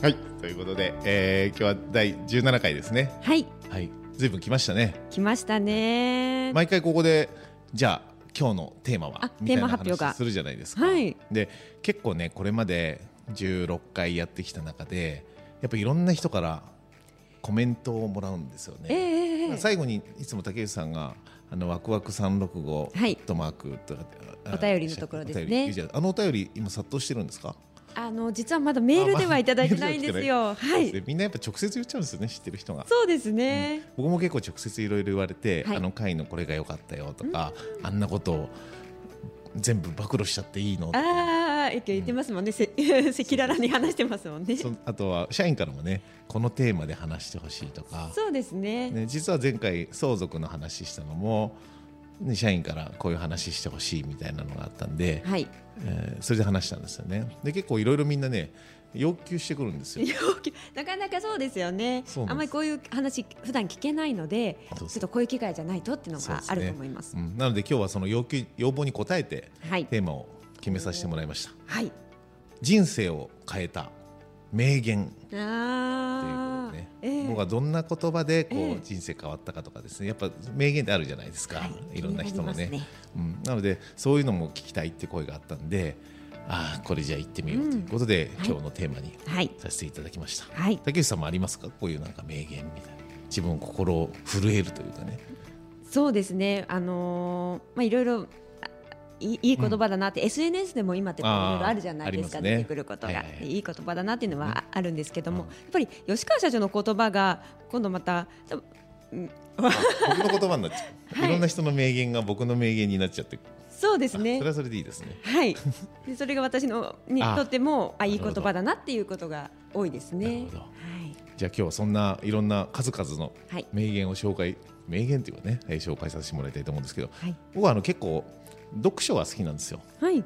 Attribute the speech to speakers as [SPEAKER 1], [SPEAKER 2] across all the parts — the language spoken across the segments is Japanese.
[SPEAKER 1] はいということで、えー、今日は第17回ですね
[SPEAKER 2] はい
[SPEAKER 1] はい随分来ましたね
[SPEAKER 2] 来ましたね
[SPEAKER 1] 毎回ここでじゃあ今日のテーマは
[SPEAKER 2] あ
[SPEAKER 1] みたい
[SPEAKER 2] テーマ
[SPEAKER 1] な
[SPEAKER 2] 発表が
[SPEAKER 1] 話するじゃないですか、
[SPEAKER 2] はい
[SPEAKER 1] で結構ねこれまで16回やってきた中でやっぱいろんな人からコメントをもらうんですよね、
[SPEAKER 2] ええええ
[SPEAKER 1] 最後にいつも竹内さんが「あのワクワク365」
[SPEAKER 2] はい
[SPEAKER 1] とマークとかってあ
[SPEAKER 2] お便りのところですね
[SPEAKER 1] お便りじゃああのお便り今殺到してるんですか
[SPEAKER 2] あの実はまだメールではいただいてないんですよ。は
[SPEAKER 1] で
[SPEAKER 2] い。
[SPEAKER 1] みんなやっぱ直接言っちゃうんですよね知ってる人が
[SPEAKER 2] そうですね。
[SPEAKER 1] 僕も結構直接いろいろ言われて、
[SPEAKER 2] はい
[SPEAKER 1] あの回のこれが良かったよとか、あんなことを全部暴露しちゃっていいのとか
[SPEAKER 2] ああ、えっと言ってますもんね。せ赤裸々に話してますもんね。
[SPEAKER 1] そあとは社員からもねこのテーマで話してほしいとか、
[SPEAKER 2] そうですね。
[SPEAKER 1] ね、実は前回相続の話したのも、ね、社員からこういう話してほしいみたいなのがあったんで、
[SPEAKER 2] はい。
[SPEAKER 1] えーそれで話したんですよねで結構いろいろみんなね要求してくるんですよ
[SPEAKER 2] 要求なかなかそうですよね
[SPEAKER 1] そう
[SPEAKER 2] あ
[SPEAKER 1] なんです
[SPEAKER 2] んまりこういう話普段聞けないので
[SPEAKER 1] そうそう
[SPEAKER 2] ちょっとこういう機会じゃないとっていうの
[SPEAKER 1] そう
[SPEAKER 2] が
[SPEAKER 1] ですね
[SPEAKER 2] あると思います
[SPEAKER 1] うんなので今日はその要求要望に応えて
[SPEAKER 2] はい
[SPEAKER 1] テーマを決めさせてもらいました、
[SPEAKER 2] はい
[SPEAKER 1] 人生を変えた名言っていう
[SPEAKER 2] あ
[SPEAKER 1] こ
[SPEAKER 2] あ
[SPEAKER 1] とでね、
[SPEAKER 2] ええ
[SPEAKER 1] 僕はどんな言葉でこう、
[SPEAKER 2] ええ
[SPEAKER 1] 人生変わったかとかですねやっぱ名言ってあるじゃないですか、
[SPEAKER 2] はい
[SPEAKER 1] い、ろんな人のね
[SPEAKER 2] 気になりま
[SPEAKER 1] うん、なのでそういうのも聞きたいって声があったんでああこれじゃあ行ってみようということで、
[SPEAKER 2] はい
[SPEAKER 1] 今日のテーマに
[SPEAKER 2] はい
[SPEAKER 1] させていただきました、
[SPEAKER 2] はい
[SPEAKER 1] 竹内さんもありますかこういうなんか名言みたいな自分の心を震えるとい うかね
[SPEAKER 2] そうですねあのーまあいろいろあいいいい言葉だなって、SNS でも今ってこうい
[SPEAKER 1] あー
[SPEAKER 2] ろいろあるじゃないですか
[SPEAKER 1] ありますね
[SPEAKER 2] 出てくることが、
[SPEAKER 1] はいはいはい
[SPEAKER 2] い、い言葉だなっていうのはああるんですけども、
[SPEAKER 1] うん
[SPEAKER 2] やっぱり吉川社長の言葉が今度また多分
[SPEAKER 1] 僕の言葉になっちゃう、
[SPEAKER 2] はい
[SPEAKER 1] い、ろんな人の名言が僕の名言になっちゃって、
[SPEAKER 2] そうで
[SPEAKER 1] あ
[SPEAKER 2] す
[SPEAKER 1] それ
[SPEAKER 2] ね
[SPEAKER 1] はそれでいいですね
[SPEAKER 2] はいでそれが私のに
[SPEAKER 1] あー
[SPEAKER 2] とってもあいい
[SPEAKER 1] なる
[SPEAKER 2] 言
[SPEAKER 1] ほど
[SPEAKER 2] 葉だなっていうことが多いですね
[SPEAKER 1] なるほど
[SPEAKER 2] はい
[SPEAKER 1] じゃあ今日はそんないろんな数々の
[SPEAKER 2] はい
[SPEAKER 1] 名言を紹介名言というかね、えー紹介させてもらいたいと思うんですけど
[SPEAKER 2] はい
[SPEAKER 1] 僕はあの結構読書が好きなんですよ
[SPEAKER 2] はい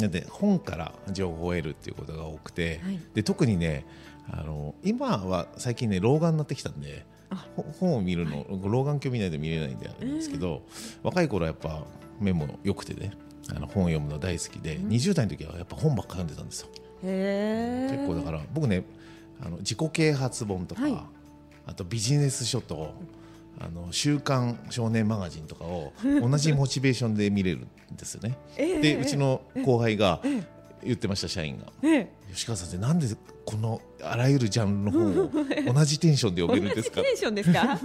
[SPEAKER 1] なんで本から情報を得るっていうことが多くて、
[SPEAKER 2] はい
[SPEAKER 1] で特にねあの今は最近ね老眼になってきたんで
[SPEAKER 2] あ
[SPEAKER 1] ほ本を見るの、老眼鏡見ないと見れないんであるんですけど、若い頃はやっぱ目も良くてねあの本を読むの大好きで、20代の時はやっぱ本ばっか読んでたんですよ。
[SPEAKER 2] へえ
[SPEAKER 1] 結構だから僕ねあの自己啓発本とか、
[SPEAKER 2] はい
[SPEAKER 1] あとビジネス書とあの週刊少年マガジンとか を同じモチベーションで見れるんですよね。
[SPEAKER 2] ええ
[SPEAKER 1] でうちの後輩が言ってました社員が
[SPEAKER 2] え
[SPEAKER 1] 「吉川さんってなんでこのあらゆるジャン ルの本を同じテンションで読めるんですか?」
[SPEAKER 2] テンションです か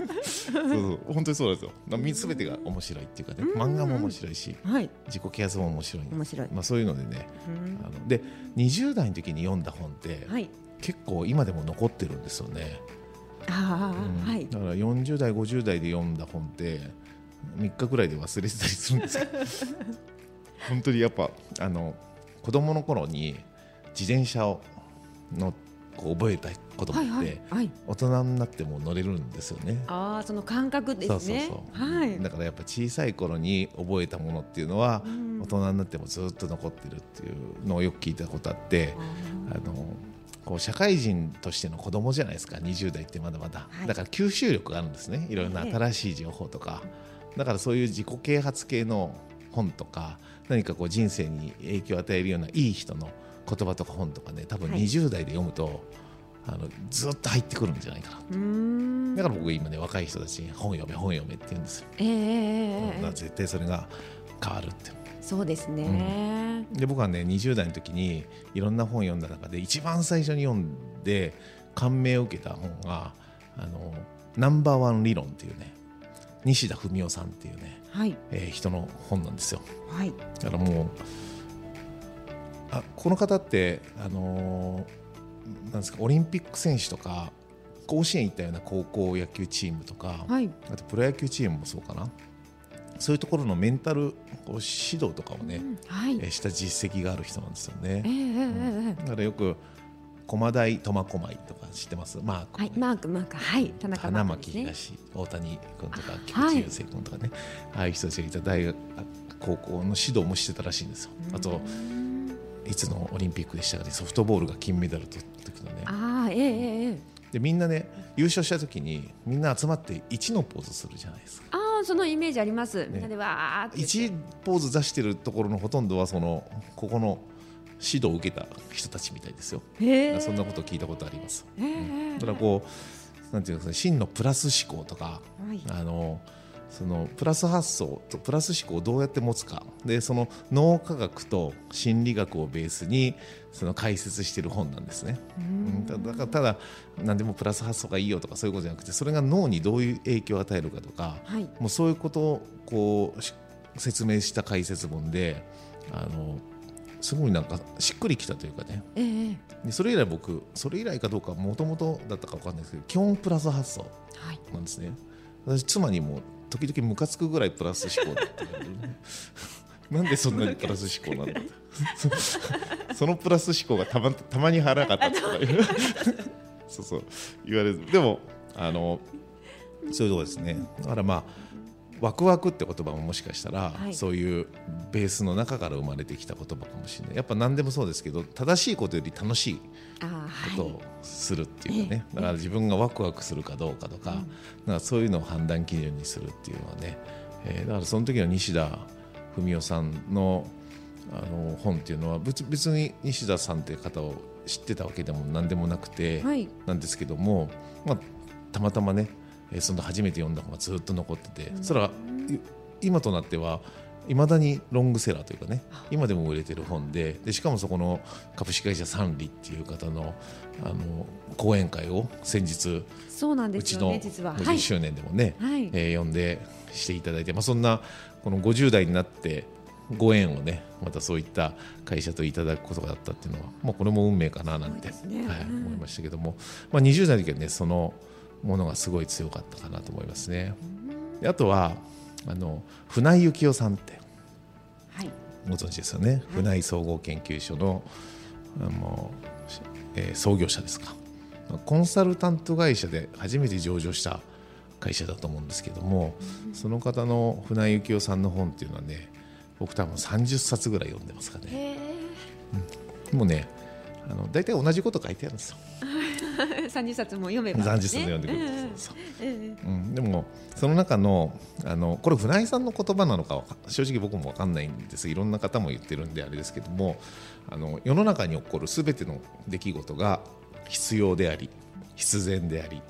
[SPEAKER 1] そうそう本当にそうなんですよ。なんか全てが面白いっていうかね漫画も面白いし
[SPEAKER 2] はい
[SPEAKER 1] 自己啓発も面白いんです
[SPEAKER 2] 面白い
[SPEAKER 1] まあ、そういうのでねあので20代の時に読んだ本って、
[SPEAKER 2] はい
[SPEAKER 1] 結構今でも残ってるんですよね、
[SPEAKER 2] ああ、
[SPEAKER 1] うん
[SPEAKER 2] はい
[SPEAKER 1] だから40代50代で読んだ本って3日ぐらいで忘れてたりするんですよ 本当にやっぱあの子供の頃に自転車をのこう覚えたことって、
[SPEAKER 2] はいはいはい
[SPEAKER 1] 大人になっても乗れるんですよね
[SPEAKER 2] ああその感覚で
[SPEAKER 1] そう
[SPEAKER 2] す
[SPEAKER 1] そう
[SPEAKER 2] ね
[SPEAKER 1] そう、
[SPEAKER 2] はい
[SPEAKER 1] だからやっぱ小さい頃に覚えたものっていうのは、大人になってもずっと残ってるっていうのをよく聞いたことあって、あのこう社会人としての子供じゃないですか20代ってまだまだ、
[SPEAKER 2] はい
[SPEAKER 1] だから吸収力があるんですねいろんな
[SPEAKER 2] ええ
[SPEAKER 1] 新しい情報とか、だからそういう自己啓発系の本とか何かこう人生に影響を与えるようないい人の言葉とか本とかね多分
[SPEAKER 2] はい
[SPEAKER 1] 20代で読むと、あのずっと入ってくるんじゃないかな
[SPEAKER 2] うーん
[SPEAKER 1] だから僕今ね若い人たちに本読め本読めって言うんですよ、
[SPEAKER 2] えええええ
[SPEAKER 1] だから
[SPEAKER 2] え
[SPEAKER 1] 絶対それが変わるって
[SPEAKER 2] そうですね、
[SPEAKER 1] で僕はね20代の時にいろんな本読んだ中で一番最初に読んで感銘を受けた本があのナンバーワン理論っていうね西田文夫さんっていうね、
[SPEAKER 2] はい
[SPEAKER 1] えー人の本なんですよ
[SPEAKER 2] はい
[SPEAKER 1] だからもうあこの方ってあのーなんですかオリンピック選手とか甲子園行ったような高校野球チームとか、
[SPEAKER 2] はい
[SPEAKER 1] あとプロ野球チームもそうかなそういうところのメンタルこう指導とかをね、
[SPEAKER 2] はい
[SPEAKER 1] えーした実績がある人なんですよ
[SPEAKER 2] えええ
[SPEAKER 1] ね。
[SPEAKER 2] えええ
[SPEAKER 1] だからよく駒台苫小牧とか知ってますマーク、
[SPEAKER 2] はい、マーク、マーク、はい、田中マ
[SPEAKER 1] 花
[SPEAKER 2] ーク
[SPEAKER 1] 巻
[SPEAKER 2] ですね。
[SPEAKER 1] 東、大谷君とか
[SPEAKER 2] あ
[SPEAKER 1] 菊池雄星君とかね、ああいう人たちがいた大学高校の指導もしてたらしいんですよ、あといつのオリンピックでしたかねソフトボールが金メダル取った時のね
[SPEAKER 2] ああ、ええええええ。
[SPEAKER 1] でみんなね優勝した時にみんな集まって1のポーズするじゃないですか
[SPEAKER 2] ああ、そのイメージあります。みんなでわーって。
[SPEAKER 1] 1ポーズ出してるところのほとんどはそのここの指導を受けた人たちみたいですよ、
[SPEAKER 2] へえ。
[SPEAKER 1] そんなことを聞いたことあります、
[SPEAKER 2] ええ。
[SPEAKER 1] だからこうなんていうんですかね真のプラス思考とか
[SPEAKER 2] はい。
[SPEAKER 1] あのそのプラス発想とプラス思考をどうやって持つかでその脳科学と心理学をベースにその解説してる本なんですね。うんただからただ何でもプラス発想がいいよとかそういうことじゃなくてそれが脳にどういう影響を与えるかとか、
[SPEAKER 2] はい
[SPEAKER 1] もうそういうことをこうし説明した解説本であのすごいなんかしっくりきたというかね
[SPEAKER 2] ええええ。
[SPEAKER 1] でそれ以来僕それ以来かどうかもともとだったか分かんないですけど基本プラス発想。
[SPEAKER 2] はい。
[SPEAKER 1] なんですね私妻にも時々ムカつくぐらいプラス思考だったんだけどね なんでそんなにプラス思考な んだそそのプラス思考がたまたまに腹が立つとかいう そうそう言われるでもあのそういうとこですねだからまあワクワクって言葉ももしかしたら、
[SPEAKER 2] はい
[SPEAKER 1] そういうベースの中から生まれてきた言葉かもしれないやっぱ何でもそうですけど正しいことより楽しい
[SPEAKER 2] ああ、
[SPEAKER 1] こ
[SPEAKER 2] はい
[SPEAKER 1] と。をするっていうかね、
[SPEAKER 2] ええ
[SPEAKER 1] だから自分がワクワクするかどうかとか,、なんかそういうのを判断基準にするっていうのはね、えーだからその時の西田文夫さんのあの本っていうのは別別に西田さんって方を知ってたわけでも何でもなくて、
[SPEAKER 2] はい
[SPEAKER 1] なんですけども、まあ、たまたまね、えーその初めて読んだ本がずっと残ってて、それはい今となってはいまだにロングセラーというかね今でも売れてる本ででしかもそこの株式会社サンリっていう方のあの講演会を先日
[SPEAKER 2] そうなんで
[SPEAKER 1] う
[SPEAKER 2] す
[SPEAKER 1] ち
[SPEAKER 2] よ
[SPEAKER 1] の
[SPEAKER 2] ね。実は。は
[SPEAKER 1] 50
[SPEAKER 2] い。
[SPEAKER 1] 周年でもね、
[SPEAKER 2] はい
[SPEAKER 1] えー呼んでしていただいて、まあ、そんなこの50代になってご縁をねまたそういった会社といただくことがあったっていうのは、まあ、これも運命かななんて、
[SPEAKER 2] すごいですね
[SPEAKER 1] はい、
[SPEAKER 2] うん
[SPEAKER 1] 思いましたけども、まあ、20代の時はねそのものがすごい強かったかなと思いますね。であとはあの船井幸雄さんって
[SPEAKER 2] はい。
[SPEAKER 1] ご存知ですよね船井総合研究所のあの、しえー創業者ですかコンサルタント会社で初めて上場した会社だと思うんですけどもその方の船井幸雄さんの本っていうのはね僕多分30冊ぐらい読んでますかね
[SPEAKER 2] へ
[SPEAKER 1] もうねあの大体同じこと書いてあるんですよ
[SPEAKER 2] え。三十冊も読めばね。
[SPEAKER 1] 30冊読んでくる
[SPEAKER 2] うんん
[SPEAKER 1] で
[SPEAKER 2] う
[SPEAKER 1] す
[SPEAKER 2] ん
[SPEAKER 1] よそう
[SPEAKER 2] え
[SPEAKER 1] うん、でもその中のあのこれ船井さんの言葉なのかは正直僕も分かんないんですいろんな方も言ってるんであれですけどもあの世の中に起こる全ての出来事が必要であり必然であり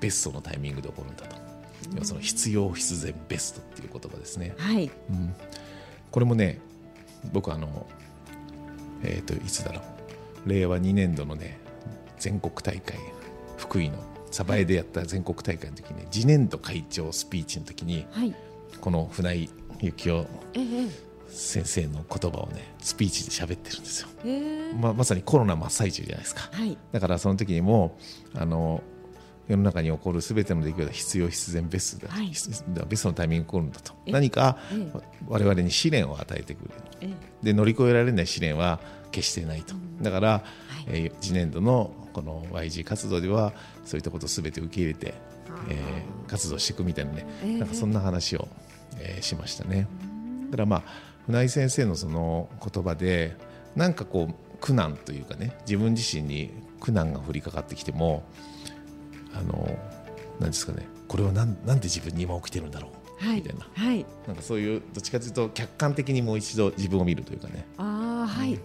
[SPEAKER 1] ベストのタイミングで起こるんだと要はその必要必然ベストっていう言葉ですね
[SPEAKER 2] えはい。
[SPEAKER 1] これもね僕あのえっ、といつだろう令和2年度のね全国大会福井の鯖江でやった全国大会の時にね次年度会長スピーチの時に
[SPEAKER 2] はい。
[SPEAKER 1] この船井幸雄
[SPEAKER 2] ええ。
[SPEAKER 1] 先生の言葉をねスピーチで喋ってるんですよ、
[SPEAKER 2] ええ。
[SPEAKER 1] まあ、まさにコロナ真っ最中じゃないですか
[SPEAKER 2] はい。
[SPEAKER 1] だからその時にもあの世の中に起こるすべての出来事は必要必然ベストだ、
[SPEAKER 2] はい
[SPEAKER 1] 必ベストのタイミングが起こるんだと
[SPEAKER 2] え
[SPEAKER 1] 何か
[SPEAKER 2] ええ
[SPEAKER 1] 我々に試練を与えてくれる
[SPEAKER 2] ええ。
[SPEAKER 1] で乗り越えられない試練は決してないとだから、えー次年度のこの YG 活動ではそういったことを全て受け入れて、えー活動していくみたいなね、
[SPEAKER 2] ええ
[SPEAKER 1] なんかそんな話を、えーしましたね。だからまあ船井先生のその言葉でなんかこう苦難というかね自分自身に苦難が降りかかってきてもあのなんですかねこれはなんなんで自分に今起きてるんだろう、
[SPEAKER 2] はい
[SPEAKER 1] みたいな。
[SPEAKER 2] はい。
[SPEAKER 1] なんかそういうどっちかというと客観的にもう一度自分を見るというかね
[SPEAKER 2] ああ、はい。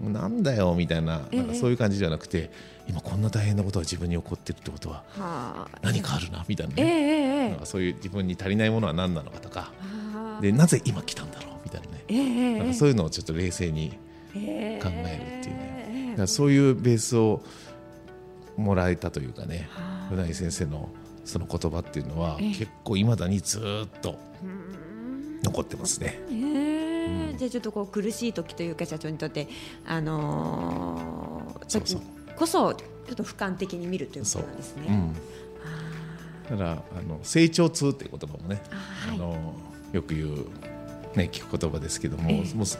[SPEAKER 1] もうなんだよみたいな
[SPEAKER 2] ええ
[SPEAKER 1] なんかそういう感じじゃなくて、今こんな大変なことが自分に起こってるってことは
[SPEAKER 2] はあ。
[SPEAKER 1] 何かあるなみたいな
[SPEAKER 2] ええ
[SPEAKER 1] ね、
[SPEAKER 2] え
[SPEAKER 1] な
[SPEAKER 2] え。
[SPEAKER 1] んかそういう自分に足りないものは何なのかとか
[SPEAKER 2] ああ。
[SPEAKER 1] でなぜ今来たんだろうみたいなね
[SPEAKER 2] ええ。
[SPEAKER 1] なんかそういうのをちょっと冷静に
[SPEAKER 2] ええ
[SPEAKER 1] 考えるっていうねだ
[SPEAKER 2] え
[SPEAKER 1] からそういうベースをもらえたというかね
[SPEAKER 2] はあ
[SPEAKER 1] うなぎ先生のその言葉っていうのは
[SPEAKER 2] ええ
[SPEAKER 1] 結構いまだにずーっと残ってますね。
[SPEAKER 2] ええじゃあちょっとこう苦しい時というか社長にとってあのー、
[SPEAKER 1] そうそう
[SPEAKER 2] 時こそちょっと俯瞰的に見るということなんですね。
[SPEAKER 1] うんだからあの成長痛っていう言葉もね
[SPEAKER 2] あ
[SPEAKER 1] あ
[SPEAKER 2] はい
[SPEAKER 1] のよく言う、ね、聞く言葉ですけども,、
[SPEAKER 2] ええ
[SPEAKER 1] もうそ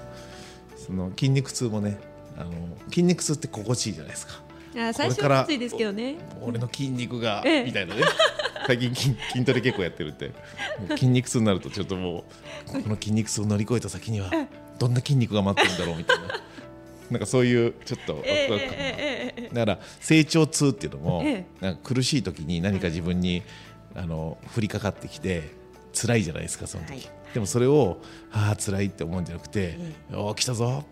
[SPEAKER 1] その筋肉痛もねあの筋肉痛って心地いいじゃないですか
[SPEAKER 2] あ最初
[SPEAKER 1] これから
[SPEAKER 2] はきついですけどね
[SPEAKER 1] 俺の筋肉が、
[SPEAKER 2] ええ
[SPEAKER 1] みたいなね最近筋筋トレ結構やってるんでもう筋肉痛になるとちょっともうここの筋肉痛を乗り越えた先にはどんな筋肉が待ってるんだろうみたいななんかそういうちょっとワク
[SPEAKER 2] ええ
[SPEAKER 1] ワク感が
[SPEAKER 2] ええええええ
[SPEAKER 1] だから成長痛っていうのも、
[SPEAKER 2] え
[SPEAKER 1] なんか苦しい時に何か自分に、あの降りかかってきて辛いじゃないですかその時、
[SPEAKER 2] はい
[SPEAKER 1] でもそれをああ辛いって思うんじゃなくて、おー来たぞ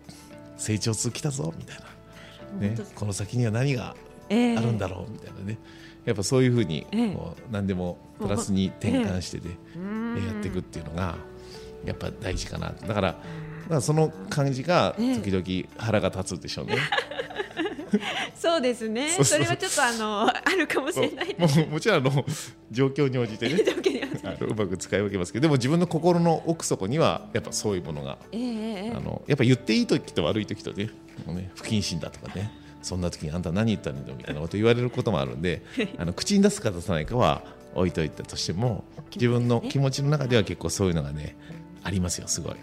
[SPEAKER 1] 成長痛来たぞみたいな、ね
[SPEAKER 2] 本当、
[SPEAKER 1] この先には何があ
[SPEAKER 2] ええ
[SPEAKER 1] るんだろうみたいなね、やっぱそういうふうに、
[SPEAKER 2] ええ
[SPEAKER 1] こう何でもプラスに転換してて、やっていくっていうのがやっぱ大事かなだからだからその感じが
[SPEAKER 2] ええ
[SPEAKER 1] 時々腹が立つでしょうね。
[SPEAKER 2] そうですね
[SPEAKER 1] そう
[SPEAKER 2] そ
[SPEAKER 1] そう
[SPEAKER 2] れはちょっとあのあるかもし
[SPEAKER 1] そう
[SPEAKER 2] れ ない
[SPEAKER 1] もうもちろんあの 状況に応じてね
[SPEAKER 2] 条件に合わせて
[SPEAKER 1] あのうまく使い分けますけどでも自分の心の奥底にはやっぱそういうものが
[SPEAKER 2] ええええ
[SPEAKER 1] あのやっぱ言っていい時と悪い時とねもうね不謹慎だとかねそんな時にあんた何言ったんだよみたいなこと言われることもあるんであの口に出すか出さないかは置いといたとしても自分の気持ちの中では結構そういうのがねありますよすごい。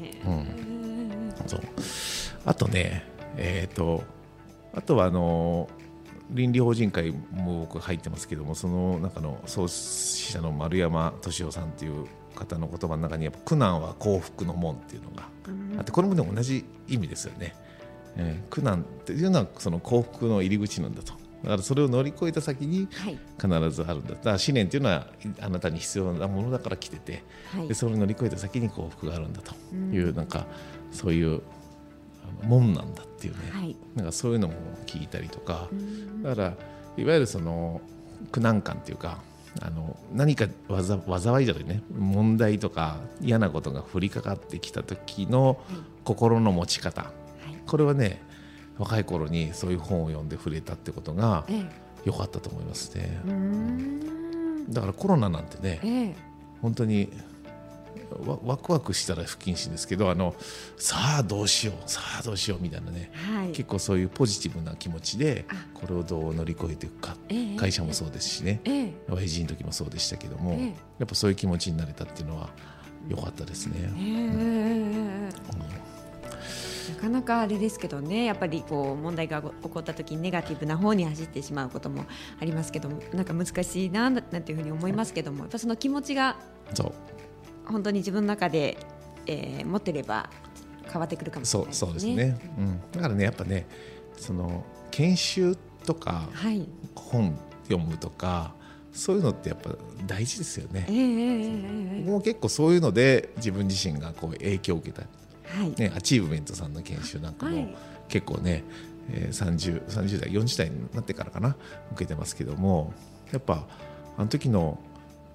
[SPEAKER 2] え
[SPEAKER 1] うんそうあとねえっ、とあとはあの倫理法人会も僕入ってますけどもその中の創始者の丸山俊夫さんという方の言葉の中にやっぱ苦難は幸福の門っていうのがあってこれもでも同じ意味ですよね、えー苦難っていうのはその幸福の入り口なんだとだからそれを乗り越えた先に
[SPEAKER 2] はい
[SPEAKER 1] 必ずあるんだだから試練っていうのはあなたに必要なものだから来てて
[SPEAKER 2] はい
[SPEAKER 1] でそれを乗り越えた先に幸福があるんだという、なんかそういうあの門なんだっていうね、
[SPEAKER 2] はい
[SPEAKER 1] なんかそういうのも聞いたりとか、だからいわゆるその苦難感っていうかあの何かわざ災いじゃないね問題とか嫌なことが降りかかってきた時の心の持ち方、これはね若い頃にそういう本を読んで触れたってことが
[SPEAKER 2] え
[SPEAKER 1] 良かったと思いますね。
[SPEAKER 2] えうーん
[SPEAKER 1] だからコロナなんてね、
[SPEAKER 2] ええ
[SPEAKER 1] 本当にわワクワクしたら不謹慎ですけどあのさあどうしようさあどうしようみたいなね
[SPEAKER 2] はい
[SPEAKER 1] 結構そういうポジティブな気持ちで
[SPEAKER 2] あ
[SPEAKER 1] これをどう乗り越えていくか
[SPEAKER 2] ええ
[SPEAKER 1] 会社もそうですしね
[SPEAKER 2] ええ
[SPEAKER 1] 親父の時もそうでしたけども
[SPEAKER 2] ええ
[SPEAKER 1] やっぱそういう気持ちになれたっていうのは良かったですね。
[SPEAKER 2] ええええええなかなかあれですけどねやっぱりこう問題が起こった時にネガティブな方に走ってしまうこともありますけどもなんか難しいななんていうふうに思いますけどもやっぱその気持ちが
[SPEAKER 1] そう
[SPEAKER 2] 本当に自分の中で、えー持ってれば変わってくるかもしれ
[SPEAKER 1] そ
[SPEAKER 2] ない
[SPEAKER 1] うそうですね。うん、だからねやっぱねその研修とか
[SPEAKER 2] はい
[SPEAKER 1] 本読むとかそういうのってやっぱ大事ですよね。
[SPEAKER 2] えええええええ
[SPEAKER 1] 僕も結構そういうので自分自身がこう影響を受けたり、
[SPEAKER 2] えはい、
[SPEAKER 1] ね、アチーブメントさんの研修なんか
[SPEAKER 2] は
[SPEAKER 1] も
[SPEAKER 2] い
[SPEAKER 1] 結構ね、えー 30, 30代40代になってからかな受けてますけどもやっぱあの時の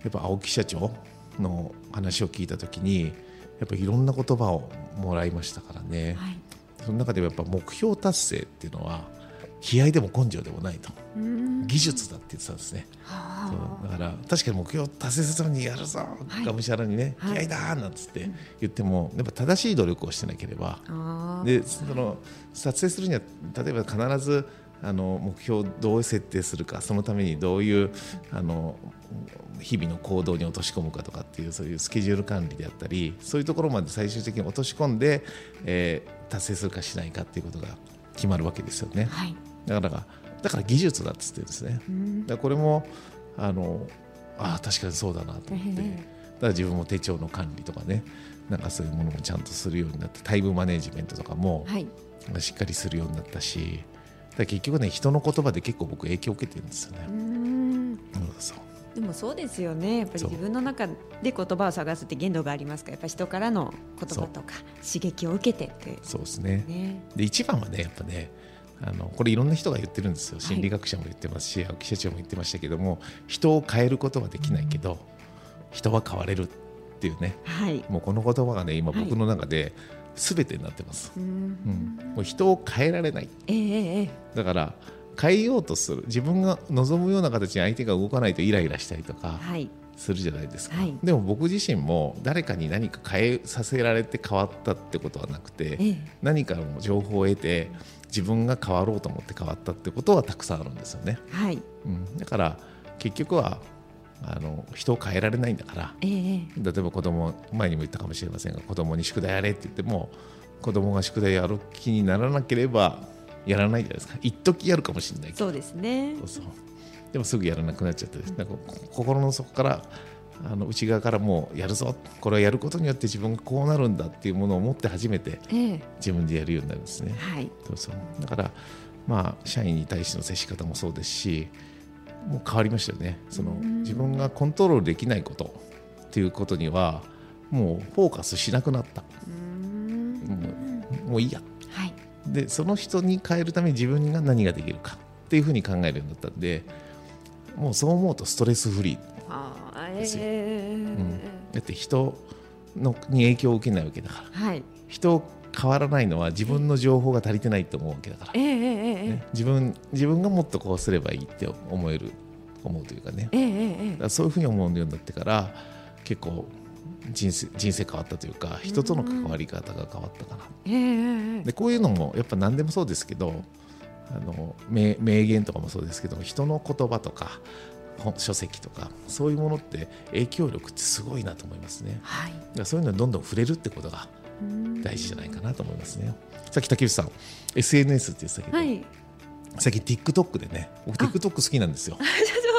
[SPEAKER 1] やっぱ青木社長の話を聞いた時にやっぱいろんな言葉をもらいましたからね、
[SPEAKER 2] はい
[SPEAKER 1] その中でもやっぱ目標達成っていうのは気合でも根性でもないと
[SPEAKER 2] うーん
[SPEAKER 1] 技術だって言ってたんですね。
[SPEAKER 2] は
[SPEAKER 1] そうだから確かに目標を達成するためにやるぞ、
[SPEAKER 2] い
[SPEAKER 1] がむしゃらにね、
[SPEAKER 2] はい
[SPEAKER 1] 気合いだーなんつって言ってもやっぱ正しい努力をしてなければ
[SPEAKER 2] あああ
[SPEAKER 1] でその撮影するには例えば必ずあの目標をどう設定するかそのためにどういうあの日々の行動に落とし込むかとかっていうそういうスケジュール管理であったりそういうところまで最終的に落とし込んで、えー達成するかしないかっていうことが決まるわけですよね。
[SPEAKER 2] はい
[SPEAKER 1] だからだから技術だっつってですね、だからこれもあのああ確かにそうだなと思って、
[SPEAKER 2] ええ
[SPEAKER 1] だから自分も手帳の管理とかねなんかそういうものもちゃんとするようになってタイムマネジメントとかも
[SPEAKER 2] はい
[SPEAKER 1] しっかりするようになったしだから結局ね人の言葉で結構僕影響を受けてるんですよね
[SPEAKER 2] う。ーん
[SPEAKER 1] うんそう
[SPEAKER 2] でもそうですよねやっぱり
[SPEAKER 1] そう
[SPEAKER 2] 自分の中で言葉を探すって限度がありますからやっぱ人からの言葉とか刺激を受けてって
[SPEAKER 1] そうですね
[SPEAKER 2] ね
[SPEAKER 1] で一番はねやっぱねあのこれいろんな人が言ってるんですよ心理学者も言ってますし、青木社長も言ってましたけども人を変えることはできないけど人は変われるっていうね
[SPEAKER 2] はい
[SPEAKER 1] もうこの言葉がね今
[SPEAKER 2] はい
[SPEAKER 1] 僕の中で全てになってます、
[SPEAKER 2] うーん
[SPEAKER 1] うん、もう人を変えられない
[SPEAKER 2] ええええ
[SPEAKER 1] だから変えようとする自分が望むような形に相手が動かないとイライラしたりとか
[SPEAKER 2] はい
[SPEAKER 1] するじゃないですか、
[SPEAKER 2] はい
[SPEAKER 1] でも僕自身も誰かに何か変えさせられて変わったってことはなくて、
[SPEAKER 2] ええ
[SPEAKER 1] 何かの情報を得て自分が変わろうと思って変わったってことはたくさんあるんですよね、
[SPEAKER 2] はい
[SPEAKER 1] うん、だから結局はあの人を変えられないんだから
[SPEAKER 2] ええええ
[SPEAKER 1] 例えば子供前にも言ったかもしれませんが子供に宿題やれって言っても子供が宿題やる気にならなければやらないじゃないですか一時やるかもしれないけど
[SPEAKER 2] そうですね
[SPEAKER 1] そうそうでもすぐやらなくなっちゃってなんかこ心の底からあの内側からもうやるぞこれをやることによって自分がこうなるんだっていうものを持って初めて
[SPEAKER 2] ええ
[SPEAKER 1] 自分でやるようになるんですね。
[SPEAKER 2] はい
[SPEAKER 1] そうそうだから、まあ、社員に対しての接し方もそうですしもう変わりましたよねその
[SPEAKER 2] うん
[SPEAKER 1] 自分がコントロールできないことっていうことにはもうフォーカスしなくなった
[SPEAKER 2] うーん
[SPEAKER 1] もうもういいや
[SPEAKER 2] はい
[SPEAKER 1] でその人に変えるために自分が何ができるかっていうふうに考えるようになったんでもうそう思うとストレスフリー
[SPEAKER 2] ああ
[SPEAKER 1] ですよ
[SPEAKER 2] ええ
[SPEAKER 1] だって人のに影響を受けないわけだから
[SPEAKER 2] はい
[SPEAKER 1] 人変わらないのは自分の情報が足りてないと思うわけだから
[SPEAKER 2] ええええええ
[SPEAKER 1] ね自分自分がもっとこうすればいいって思える思うというかね
[SPEAKER 2] えええ
[SPEAKER 1] だからそういうふうに思うようになってから結構人生人生変わったというか人との関わり方が変わったかな
[SPEAKER 2] えええええ
[SPEAKER 1] でこういうのもやっぱ何でもそうですけどあの名名言とかもそうですけど人の言葉とか本書籍とかそういうものって影響力ってすごいなと思いますね
[SPEAKER 2] はい
[SPEAKER 1] だからそういうのにどんどん触れるってことが
[SPEAKER 2] うーん
[SPEAKER 1] 大事じゃないかなと思いますねさっき竹内さん SNS って言ってたけど、
[SPEAKER 2] はい
[SPEAKER 1] 最近 TikTok でね僕 TikTok 好きなんですよ
[SPEAKER 2] 社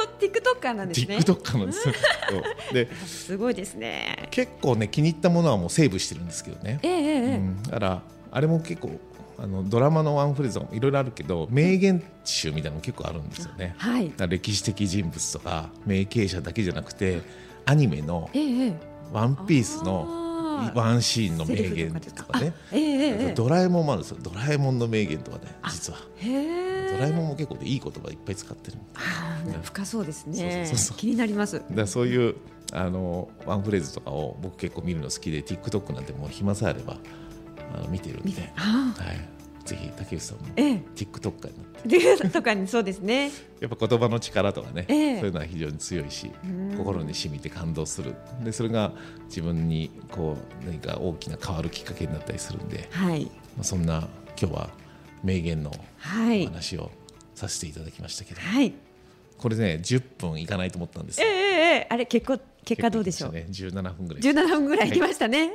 [SPEAKER 2] 長ティックトッカーなんですね
[SPEAKER 1] TikTok なんですよそうです
[SPEAKER 2] ごいですね
[SPEAKER 1] 結構ね気に入ったものはもうセーブしてるんですけどね
[SPEAKER 2] ええええ
[SPEAKER 1] う
[SPEAKER 2] ええ
[SPEAKER 1] ん、だからあれも結構あのドラマのワンフレーズとかもいろいろあるけど名言集みたいなのも結構あるんですよね。
[SPEAKER 2] はい
[SPEAKER 1] だから歴史的人物とか名経営者だけじゃなくてアニメの
[SPEAKER 2] ええええ
[SPEAKER 1] 「ワンピースの
[SPEAKER 2] あー
[SPEAKER 1] ワンシーンの名言とかね
[SPEAKER 2] ええええええ
[SPEAKER 1] ドラえもんもあるんですよドラえもんの名言とかね
[SPEAKER 2] あ
[SPEAKER 1] 実は
[SPEAKER 2] へ
[SPEAKER 1] ド
[SPEAKER 2] え
[SPEAKER 1] ラえもんも結構でいい言葉いっぱい使ってる
[SPEAKER 2] あー深そうですね
[SPEAKER 1] そうそうそうそう
[SPEAKER 2] 気になり ます
[SPEAKER 1] だからそういうあのワンフレーズとかを僕結構見るの好きで TikTok なんてもう暇さえあればあの見てるんで、は
[SPEAKER 2] あ
[SPEAKER 1] い、ぜひ竹内さんも
[SPEAKER 2] ーええ
[SPEAKER 1] TikToker になって
[SPEAKER 2] でとかにそうですね。
[SPEAKER 1] やっぱ言葉の力とかね、
[SPEAKER 2] ええ
[SPEAKER 1] そういうのは非常に強いし
[SPEAKER 2] うん
[SPEAKER 1] 心に染みて感動するでそれが自分にこう何か大きな変わるきっかけになったりするんで、
[SPEAKER 2] はい
[SPEAKER 1] まあ、そんな今日は名言の
[SPEAKER 2] は
[SPEAKER 1] お
[SPEAKER 2] い
[SPEAKER 1] 話をさせていただきましたけど、
[SPEAKER 2] はい。
[SPEAKER 1] これね10分いかないと思ったんです
[SPEAKER 2] ええええええあれ結構結果どうでしょう。
[SPEAKER 1] 結構いきましたね、17分ぐらい
[SPEAKER 2] 十七分ぐらい行きましたね。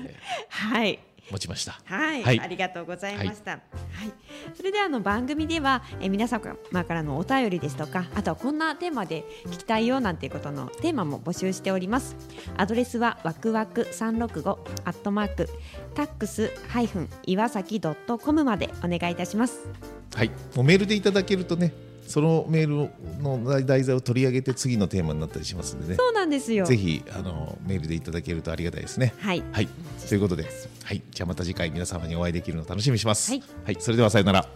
[SPEAKER 2] はい。
[SPEAKER 1] 持ちました。
[SPEAKER 2] はい、
[SPEAKER 1] はい
[SPEAKER 2] ありがとうございました。はい、それではあの番組では、えー皆様からのお便りですとか、あとはこんなテーマで聞きたいよなんていうことのテーマも募集しております。アドレスはわくわく三六五アットマークタックスハイフン岩崎ドットコムまでお願いいたします。
[SPEAKER 1] はい、もうメールでいただけるとね、そのメールの題材を取り上げて次のテーマになったりしますんでね、
[SPEAKER 2] そうなんですよ。
[SPEAKER 1] ぜひあのメールでいただけるとありがたいですね。
[SPEAKER 2] はい。
[SPEAKER 1] はい、ということで、はい、じゃあまた次回皆様にお会いできるのを楽しみにします。
[SPEAKER 2] はい
[SPEAKER 1] はい、それではさようなら。